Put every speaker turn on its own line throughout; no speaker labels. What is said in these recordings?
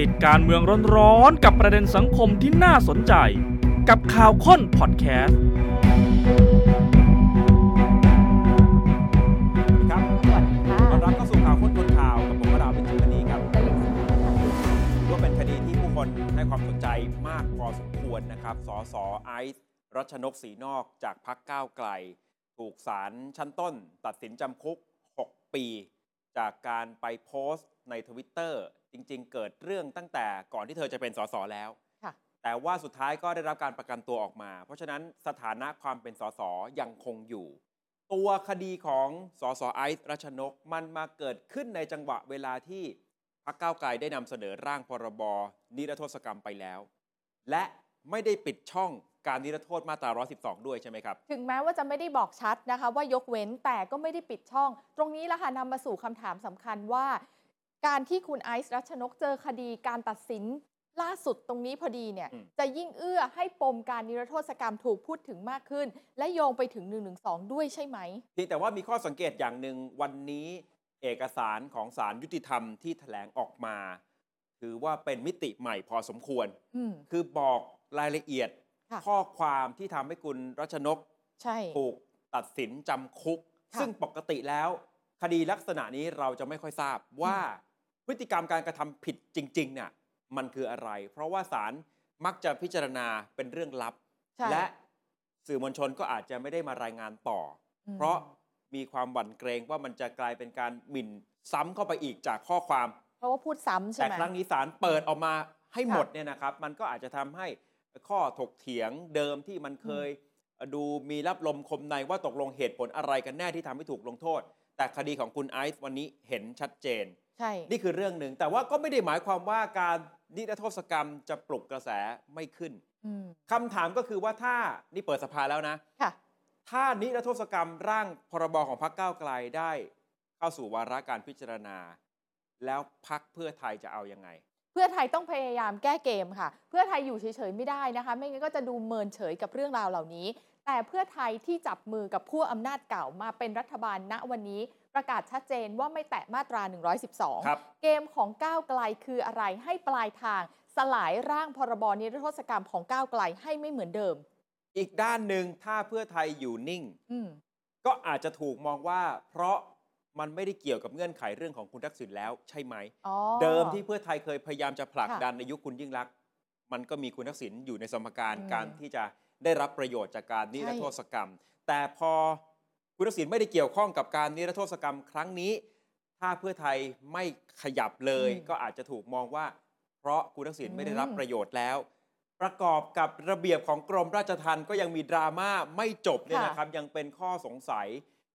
ติดการเมืองร้อนๆกับประเด็นสังคมที่น่าสนใจ กับข่าวค้นพอดแคสต์
สวัสดีครับ
สวัสดีค่ะ
ต้อนรับเข้าสู่ข่าวค้นคนข่าวกับผมวราวิจิตรมณีครับก็เป็นคดีที่ผู้คนให้ความสนใจมากพอสมควรนะครับ สสไอซ์รัชนกศรีนอกจากพักก้าวไกล ถูกศาลชั้นต้น ตัดสินจำคุก 6 ปี จากการไปโพสต์ในทวิตเตอร์จริง ๆ เกิดเรื่องตั้งแต่ก่อนที่เธอจะเป็นสสแล้ว
ค่ะ
แต่ว่าสุดท้ายก็ได้รับการประกันตัวออกมา เพราะฉะนั้นสถานะความเป็นสสยังคงอยู่ ตัวคดีของสสไอซ์รัชนกมันมาเกิดขึ้นในจังหวะเวลาที่พรรคก้าวไกลได้นำเสนอร่างพรบนิรโทษกรรมไปแล้ว และไม่ได้ปิดช่องการนิรโทษมาตรา 112 ด้วยใช่ไหมครับ
ถึงแม้ว่าจะไม่ได้บอกชัดนะคะ ว่ายกเว้นแต่ก็ไม่ได้ปิดช่อง ตรงนี้ละค่ะนำมาสู่คำถามสำคัญว่า การที่คุณไอซ์รัชนกเจอคดีการตัดสินล่าสุดตรงนี้พอดีเนี่ย
อืม
จะยิ่งเอื้อให้ปมการนิรโทษกรรมถูกพูดถึงมากขึ้น และโยงไปถึง 112 ด้วยใช่ไหม
เพียงแต่ว่ามีข้อสังเกตอย่างหนึ่งวันนี้เอกสารของศาลยุติธรรมที่แถลงออกมา ถือว่าเป็นมิติใหม่พอสมควร
อืม
คือบอกรายละเอียด
ค่ะ
ข้อความที่ทำให้คุณรัชนก
ใช่
ถูกตัดสินจำคุก
ค่ะ
ซึ่งปกติแล้ว คดีลักษณะนี้เราจะไม่ค่อยทราบว่าพฤติกรรมการกระทำผิดจริงๆเนี่ยมันคืออะไร เพราะว่าศาลมักจะพิจารณาเป็นเรื่องลับ
ใช่
และสื่อมวลชนก็อาจจะไม่ได้มารายงานต่ออ
อืม
เพราะมีความหวั่นเกรงว่ามันจะกลายเป็นการหมิ่นซ้ำเข้าไปอีกจากข้อความ
เพราะว่าพูดซ้ำใช่
แต่
ไหม
ครั้งนี้ศาลเปิดออกมาให้
ค่ะ
หมดเนี่ยนะครับ มันก็อาจจะทำให้ข้อถกเถียงเดิมที่มันเคย ดูมีรับลมคมในว่าตกลงเหตุผลอะไรกันแน่ที่ทำให้ถูกลงโทษ แต่คดีของคุณไอซ์วันนี้เห็นชัดเจน
ใช่
นี่คือเรื่องหนึ่ง แต่ว่าก็ไม่ได้หมายความว่าการนิรโทษกรรมจะปลุกกระแสไม่ขึ้น
อืม
คำถามก็คือว่าถ้านี่เปิดสภาแล้วนะ
ค่ะ
ถ้านิรโทษกรรมร่างพรบของพรรคก้าวไกลได้เข้าสู่วาระการพิจารณา แล้วพักเพื่อไทยจะเอายังไง
เพื่อไทยต้องพยายามแก้เกมค่ะ เพื่อไทยอยู่เฉยๆไม่ได้นะคะ ไม่งั้นก็จะดูเมินเฉยกับเรื่องราวเหล่านี้ แต่เพื่อไทยที่จับมือกับขั้วอำนาจเก่ามาเป็นรัฐบาลณวันนี้ ประกาศชัดเจนว่าไม่แตะมาตรา 112
ครับ
เกมของก้าวไกลคืออะไรให้ปลายทาง สลายร่างพรบนิรโทษกรรมของก้าวไกลให้ไม่เหมือนเดิม
อีกด้านหนึ่งถ้าเพื่อไทยอยู่นิ่ง
อืม
ก็อาจจะถูกมองว่า เพราะมันไม่ได้เกี่ยวกับเงื่อนไขเรื่องของคุณทักษิณแล้วใช่ไหม
อ๋อ
เดิมที่เพื่อไทยเคยพยายามจะผลัก
ค่ะ
ดันในยุคคุณยิ่งรักษณ์มันก็มีคุณทักษิณอยู่ในสมการ
อืม
การที่จะได้รับประโยชน์จากการนิรโทษกรรม แต่พอคุณทักษิณไม่ได้เกี่ยวข้องกับการนิรโทษกรรมครั้งนี้ ถ้าเพื่อไทยไม่ขยับเลย
อืม
ก็อาจจะถูกมองว่า เพราะคุณทักษิณไม่ได้รับ
อืม
ประโยชน์แล้ว ประกอบกับระเบียบของกรมราชทัณฑ์ก็ยังมีดราม่าไม่จบเนี่ยนะครับ ยังเป็นข้อสงสัย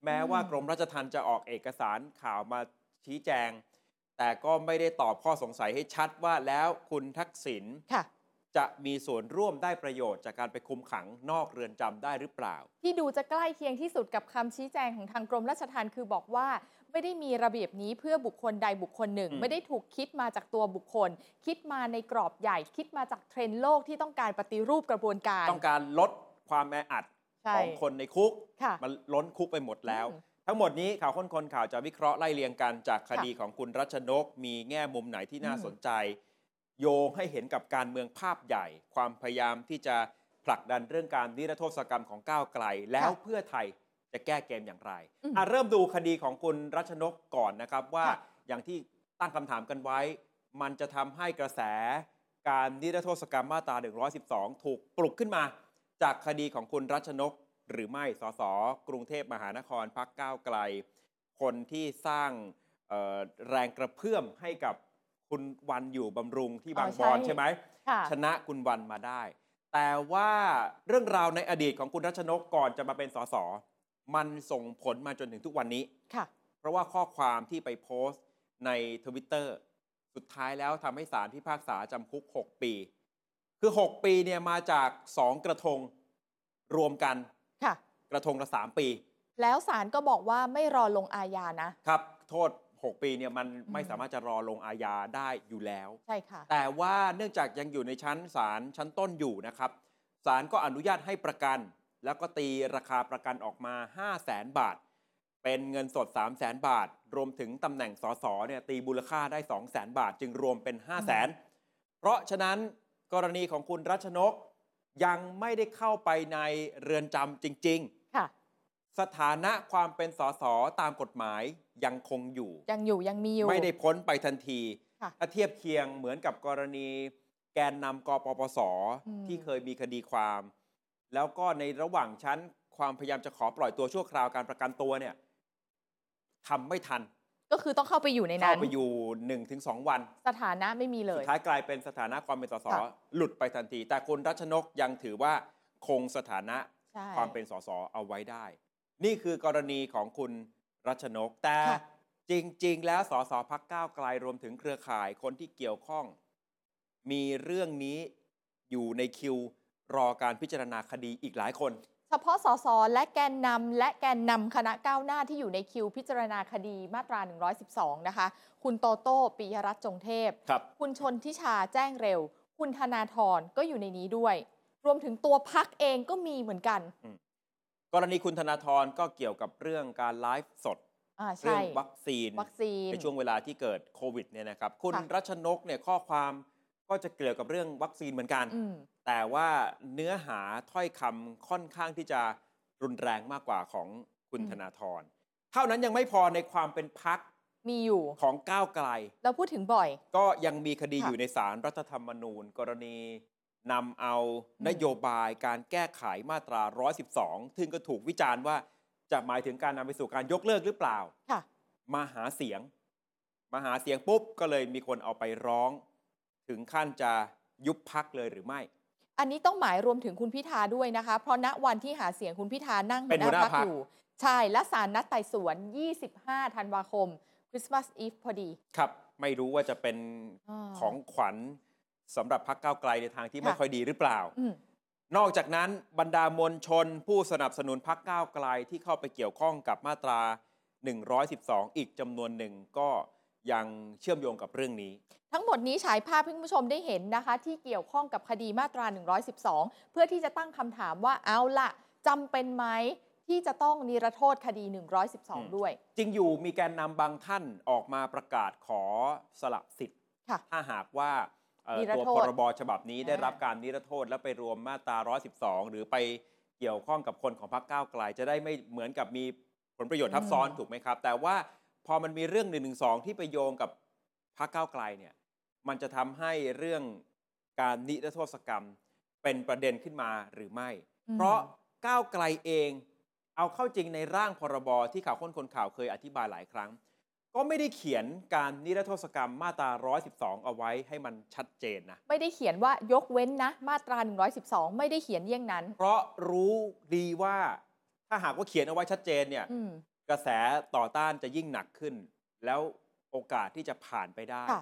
แม้ว่า
อืม
กรมราชทัณฑ์จะออกเอกสารข่าวมาชี้แจง แต่ก็ไม่ได้ตอบข้อสงสัยให้ชัดว่าแล้วคุณทักษิณ
ค่ะ
จะมีส่วนร่วมได้ประโยชน์จากการไปคุมขังนอกเรือนจำได้หรือเปล่า
ที่ดูจะใกล้เคียงที่สุดกับคำชี้แจงของทางกรมราชทัณฑ์คือบอกว่า ไม่ได้มีระเบียบนี้เพื่อบุคคลใดบุคคลหนึ่ง
อืม
ไม่ได้ถูกคิดมาจากตัวบุคคล คิดมาในกรอบใหญ่ คิดมาจากเทรนด์โลกที่ต้องการปฏิรูปกระบวนการ
ต้องการลดความแออัด
ใช่
ของคนในคุก
ค่ะ
มันล้นคุกไปหมดแล้ว
อืม
ทั้งหมดนี้ข่าวค้นคนข่าวจะวิเคราะห์ไล่เรียงกันจากค
ค่ะ
ดีของคุณรัชนก มีแง่มุมไหนที่น่า
อืม
สนใจ โยงให้เห็นกับการเมืองภาพใหญ่ ความพยายามที่จะผลักดันเรื่องการนิรโทษกรรมของก้าวไกล แล้วเพื่อไทยจะแก้เกมอย่างไร
อืม
อ่ะเริ่มดูคดีของคุณรัชนกก่อนนะครับว่า
ค่ะ
อย่างที่ตั้งคำถามกันไว้ มันจะทำให้กระแส การนิรโทษกรรมมาตรา 112 ถูกปลุกขึ้นมา จากคดีของคุณรัชนก หรือไม่ สส กรุงเทพมหานครพักก้าวไกล คนที่สร้างเอ่อแรงกระเพื่อมให้กับคุณวันอยู่บำรุงที่บางบ
อ๋อใช่
อนใช่ไหม
ค่ะ
ชนะคุณวันมาได้ แต่ว่าเรื่องราวในอดีตของคุณรัชนกก่อนจะมาเป็นสส มันส่งผลมาจนถึงทุกวันนี้
ค่ะ
เพราะว่าข้อความที่ไปโพสต์ในทวิตเตอร์สุดท้ายแล้วทำให้ศาลพิพากษาจำคุก 6 ปี คือ 6 ปีเนี่ยมาจาก 2 กระทงรวมกัน
ค่ะ
กระทงละ 3 ปี
แล้วศาลก็บอกว่าไม่รอลงอาญานะ
ครับ โทษ 6 ปีเนี่ยมันไม่
อืม
สามารถจะรอลงอาญาได้อยู่แล้ว
ใช่ค่ะ
แต่ว่าเนื่องจากยังอยู่ในชั้นศาลชั้นต้นอยู่นะครับศาลก็อนุญาตให้ประกัน แล้วก็ตีราคาประกันออกมา 5 0 0แสนบาท เป็นเงินสด 3 0 0แสนบาท รวมถึงตำแหน่งสสเนี่ยตีมูลค่าได้ 2 0 0แสนบาท จึงรวมเป็น 5 0 0แสน เพราะฉะนั้นกรณีของคุณรัชนกยังไม่ได้เข้าไปในเรือนจำจริง
ค่ะ
ๆ สถานะความเป็นสสตามกฎหมายยังคงอยู่
ยังอยู่ยังมีอยู่
ไม่ได้พ้นไปทันที
ค่ะ
ถ้าเทียบเคียงเหมือนกับกรณีแกนนำกปปส ที่เคยมีคดีความ แล้วก็ในระหว่างชั้นความพยายามจะขอปล่อยตัวชั่วคราวการประกันตัวเนี่ยทำไม่ทัน
ก็คือต้องเข้าไปอยู่ในนั้
เข้าน ไปอยู่1นถึงสวัน
สถานะไม่มีเล
สุ
ย
ดท้ายกลายเป็นสถานะความเป็นสส
ค่ะ
หลุดไปทันที แต่คุณรัชนกยังถือว่าคงสถานะ
ใช่
ความเป็นสสเอาไว้ได้ นี่คือกรณีของคุณรัชนก แต่
ค่ะ
จริง ๆ แล้วสสพักก้าวไกลรวมถึงเครือข่ายคนที่เกี่ยวข้อง มีเรื่องนี้อยู่ในคิวรอการพิจารณาคดีอีกหลายคน
เฉพาะสสและแกนนำและแกนนำคณะก้าวหน้าที่อยู่ในคิวพิจารณาคดีมาตรา 112 นะคะ คุณโตโต้ปิยรัตน์จงเทพ
ครับ
คุณชนทิชาแจ้งเร็ว คุณธนาธรก็อยู่ในนี้ด้วย รวมถึงตัวพักเองก็มีเหมือนกัน
กรณีคุณธนาธรก็เกี่ยวกับเรื่องการไลฟ์สด
อ่า
เรื่
ใช่
วัคซีน
วัคซีน
ในช่วงเวลาที่เกิดโควิดเนี่ยนะครับ คุณ
ค่ะ
รัชนกเนี่ยข้อความก็จะเกี่ยวกับเรื่องวัคซีนเหมือนกัน
อืม
แต่ว่าเนื้อหาถ้อยคำค่อนข้างที่จะรุนแรงมากกว่าของคุณธนาธรเท่านั้นยังไม่พอในความเป็นพัก
มีอยู่
ของก้าวไกล
เราพูดถึงบ่อย
ก็ยังมีคดี
ค่ะ
อยู่ในศาลรัฐธรรมนูญ กรณีนำเอา
อืม
นโยบายการแก้ไขมาตรา 112 ซึ่งก็ถูกวิจารณ์ว่าจะหมายถึงการนำไปสู่การยกเลิกหรือเปล่า
ค่ะ
มาหาเสียง มาหาเสียงปุ๊บ ก็เลยมีคนเอาไปร้อง ถึงขั้นจะยุบพักเลยหรือไม่
อันนี้ต้องหมายรวมถึงคุณพิธาด้วยนะคะ เพราะณวันที่หาเสียงคุณพิธานั่ง
เป็นหัวหน้า
พรรค
พรรค
อยู่ ใช่ และสารนัดไต่สวน 25 ธันวาคม คริสต์มาสอีฟพอดี
ครับ ไม่รู้ว่าจะเป็น
อา
ของขวัญสำหรับพักก้าวไกลในทางที่ไม่
ค่ะ
ค่อยดีหรือเปล่า
อืม
นอกจากนั้นบรรดามวลชนผู้สนับสนุนพักก้าวไกลที่เข้าไปเกี่ยวข้องกับมาตรา 112 อีกจำนวนหนึ่งก็ยังเชื่อมโยงกับเรื่องนี้
ทั้งหมดนี้ฉายภาพให้คุณผู้ชมได้เห็นนะคะ ที่เกี่ยวข้องกับคดีมาตรา 112 เพื่อที่จะตั้งคำถามว่าเอาละจำเป็นไหมที่จะต้องนิรโทษคดี
อืม
112 ด้วย
จริงอยู่มีแกนนำบางท่านออกมาประกาศขอสละสิทธิ์
ค่ะ
ถ้าหากว่าเอ่อ
นิร
ตัว
โท
พ
ษ
รบฉบับนี้ได้
อ่า
รับการนิรโทษแล้วไปรวมมาตรา 112 หรือไปเกี่ยวข้องกับคนของพรรคก้าวไกล จะได้ไม่เหมือนกับมีผลประโยชน์ทับซ้อนถูกไหมครับ แต่ว่าพอมันมีเรื่อง1นึที่ไปโยงกับพรรคก้าวไกลเนี่ยมันจะทำให้เรื่องการนิรโทษกรรมเป็นประเด็นขึ้นมาหรือไม่ เพราะก้าวไกลเองเอาเข้าจริงในร่างพรบที่ข่าวค้นคนข่าวเคยอธิบายหลายครั้ง ก็ไม่ได้เขียนการนิรโทษกรรมมาตรา 112 เอาไว้ให้มันชัดเจนนะ
ไม่ได้เขียนว่ายกเว้นนะ มาตรา 112 ไม่ได้เขียนเยี่ยงนั้น
เพราะรู้ดีว่าถ้าหากว่าเขียนเอาไว้ชัดเจนเนี่ย
อืม
กระแสต่อต้านจะยิ่งหนักขึ้น แล้วโอกาสที่จะผ่านไปได้
ค่ะ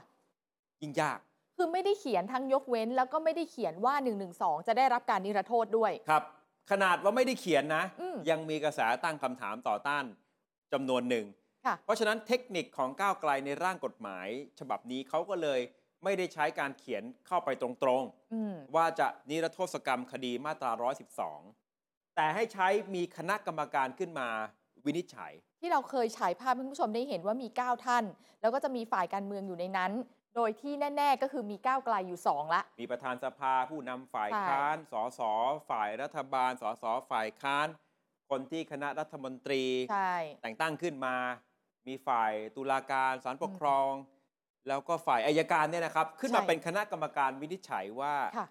ยิ่งยาก
คือไม่ได้เขียนทั้งยกเว้น แล้วก็ไม่ได้เขียนว่า 112 จะได้รับการนิรโทษด้วย
ครับ ขนาดว่าไม่ได้เขียนนะ
อืม
ยังมีกระแสตั้งคำถามต่อต้านจำนวนหนึ่ง
ค่ะ
เพราะฉะนั้นเทคนิคของก้าวไกลในร่างกฎหมาย ฉบับนี้เขาก็เลยไม่ได้ใช้การเขียนเข้าไปตรงๆ
อืม
ว่าจะนิรโทษกรรมคดีมาตรา 112 แต่ให้ใช้มีคณะกรรมการขึ้นมาวินิจฉัย
ที่เราเคยฉายภาพให้คุณผู้ชมได้เห็นว่ามี 9 ท่าน แล้วก็จะมีฝ่ายการเมืองอยู่ในนั้น โดยที่แน่ ๆ ก็คือมีก้าวไกลอยู่ 2 ละ
มีประธานสภาผู้นำฝ่าย
ใช่
ค้าน สส ฝ่ายรัฐบาล สส ฝ่ายค้าน คนที่คณะรัฐมนตรี
ใช่
แต่งตั้งขึ้นมา มีฝ่ายตุลาการศาลปกครอง แล้วก็ฝ่ายอายการเนี่ยนะครับ ขึ้นมา
ใช่
เป็นคณะกรรมการวินิจฉัยว่า
ค่ะ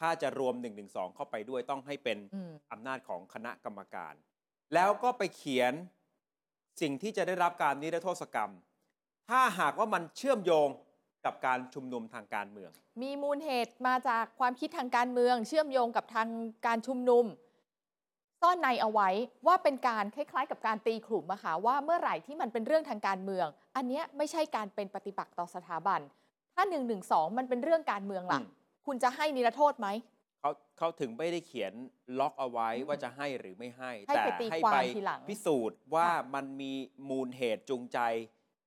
ถ้าจะรวม 1 1 2 เข้าไปด้วยต้องให้เป็น
อืม
อำนาจของคณะกรรมการ แล้วก็ไปเขียนสิ่งที่จะได้รับการนิรโทษกรรม ถ้าหากว่ามันเชื่อมโยงกับการชุมนุมทางการเมือง
มีมูลเหตุมาจากความคิดทางการเมือง เชื่อมโยงกับทางการชุมนุม ซ่อนในเอาไว้ว่าเป็นการคล้ายๆ กับการตีขลุ่มอะค่ะว่าเมื่อไหร่ที่มันเป็นเรื่องทางการเมือง อันเนี้ยไม่ใช่การเป็นปฏิปักษ์ต่อสถาบัน ถ้า1นึมันเป็นเรื่องการเมืองล่ะ
อืม
คุณจะให้นิรโทษไหม
เขาเขาถึงไม่ได้เขียนล็อกเอาไว้
อืม
ว่าจะให้หรือไม่ให้
ให้
แต่
ไปตี
ให้
ความ
ไป
ทีหลัง
พิสูจน์ว่า
ค่ะ
มันมีมูลเหตุจูงใจ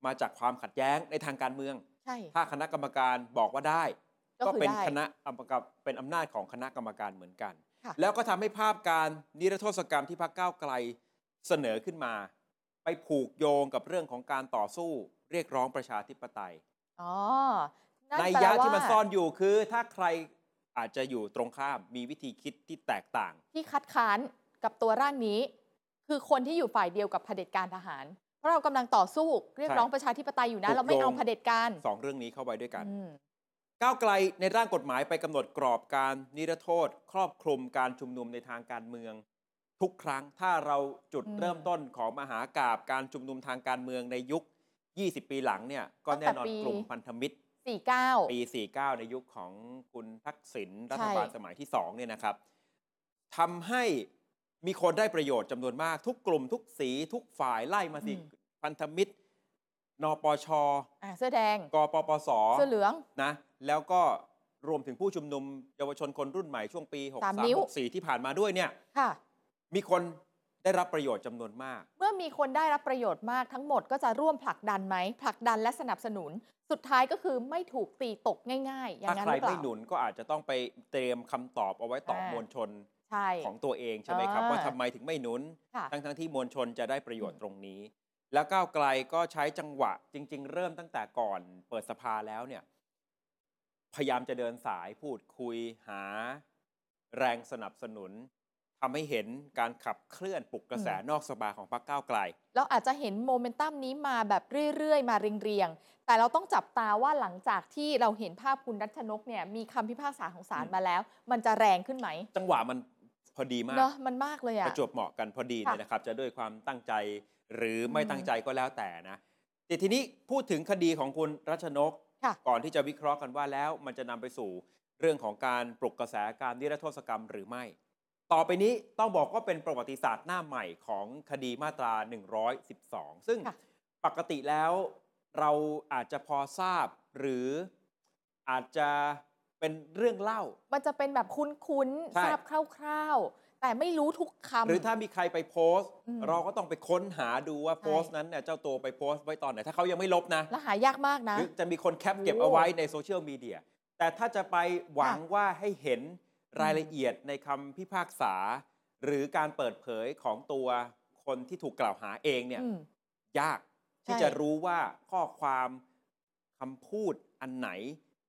มาจากความขัดแย้งในทางการเมือง
ใช่
ถ้าคณะกรรมการบอกว่าได้
ก็
ก็
คือ
เป็น
ได้
คณะกรรมการเป็นอำนาจของคณะกรรมการเหมือนกัน
ค่ะ
แล้วก็ทำให้ภาพการนิรโทษกรรมที่พรรคก้าวไกลเสนอขึ้นมา ไปผูกโยงกับเรื่องของการต่อสู้เรียกร้องประชาธิปไตย
อ๋อ นั่น
นัย
แปล
ยะ
ว่า
ที่มันซ่อนอยู่คือ ถ้าใครอาจจะอยู่ตรงข้ามมีวิธีคิดที่แตกต่าง
ที่คัดค้านกับตัวร่างนี้ คือคนที่อยู่ฝ่ายเดียวกับเผด็จการทหาร เพราะเรากำลังต่อสู้เรียก
ใช่
ร้องประชาธิปไตยอยู่นะ
ถูก
เราไม่เอา
โยง
เผด็จการ
สองเรื่องนี้เข้าไว้ด้วยกัน
อืม
ก้าวไกลในร่างกฎหมายไปกำหนดกรอบการนิรโทษ ครอบคลุมการชุมนุมในทางการเมือง ทุกครั้งถ้าเราจุดเริ่มต้นของมหากาบการชุมนุมทางการเมืองในยุค 20 ปีหลังเนี่ยก็แน่นอนกลุ่มพันธมิตร
สี่เก้า
ปี 49 ในยุคของคุณทักษิณรัฐบาล
ใช่
สมัยที่ 2 เนี่ยนะครับทำให้มีคนได้ประโยชน์จำนวนมาก ทุกกลุ่มทุกสีทุกฝ่ายไล่มาสิ พันธมิตร นปช
อ่ะเสื้อแดง
กปปส
เสื้อเหลือง
นะ แล้วก็รวมถึงผู้ชุมนุมเยาวชนคนรุ่นใหม่ช่วงปี
สามนิ้ว
63-64 ที่ผ่านมาด้วยเนี่ย
ค่ะ
มีคนได้รับประโยชน์จำนวนมาก
เมื่อมีคนได้รับประโยชน์มากทั้งหมดก็จะร่วมผลักดันไหมผลักดันและสนับสนุน สุดท้ายก็คือไม่ถูกตีตกง่าย ๆ อย่าง
ถ้าใค
นั้น
ร
หรือเป
ไม่
ล่า
หนุนก็อาจจะต้องไปเตรียมคำตอบเอาไว้ตอบ
อ่ามม
วลชน
ใช่
ของตัวเองใช่ไหมครับ
อ่า
ว่าทำไมถึงไม่หนุน
ค่ะ
ทั้งทั้งๆที่มวลชนจะได้ประโยชน์
อืม
ตรงนี้ แล้วก้าวไกลก็ใช้จังหวะ จริง ๆ เริ่มตั้งแต่ก่อนเปิดสภาแล้วเนี่ย พยายามจะเดินสายพูดคุยหา แรงสนับสนุนทำให้เห็นการขับเคลื่อนปลุกกระแสนอกสภาของพรรคก้าวไกล
เราอาจจะเห็นโมเมนตัมนี้มาแบบเรื่อย ๆ มาเรียง ๆ แต่เราต้องจับตาว่าหลังจากที่เราเห็นภาพคุณรัชนกเนี่ยมีคำพิพากษาของศาล
อืม
มาแล้ว มันจะแรงขึ้นไหม
จังหวะมันพอดีมาก
เนาะมันมากเลย
ป
อะ
ระจวบเหมาะกันพอดี
ค่ะ
เนี่ยนะครับ จะด้วยความตั้งใจหรือไม่
อืม
ตั้งใจก็แล้วแต่นะ แต่ทีนี้พูดถึงคดีของคุณรัชนก
ค่ะ
ก่อนที่จะวิเคราะห์กันว่าแล้วมันจะนำไปสู่เรื่องของการปลุกกระแสการนิรโทษกรรมหรือไม่ ต่อไปนี้ต้องบอกว่าเป็นประวัติศาสตร์หน้าใหม่ของคดีมาตรา 112 ซึ่ง
ค่ะ
ปกติแล้วเราอาจจะพอทราบหรืออาจจะเป็นเรื่องเล่า
มันจะเป็นแบบคุ้น
ใช่
ๆทราบคร่าว ๆ แต่ไม่รู้ทุกคำ
หรือถ้ามีใครไปโพสต์
อืม
เราก็ต้องไปค้นหาดูว่า
ใช่
โพสต์นั้นเนี่ยเจ้าตัวไปโพสต์ไว้ตอนไหน ถ้าเขายังไม่ลบนะ
และหายากมากนะ
หรือจะมีคนแคป
โอ้
เก็บเอาไว้ในโซเชียลมีเดียแต่ถ้าจะไปหวัง
ค่ะ
ว่าให้เห็นรายละเอียดในคำพิพากษา หรือการเปิดเผยของตัวคนที่ถูกกล่าวหาเองเนี่ย
อืม
ยากที่
ใช่
จะรู้ว่าข้อความคำพูดอันไหน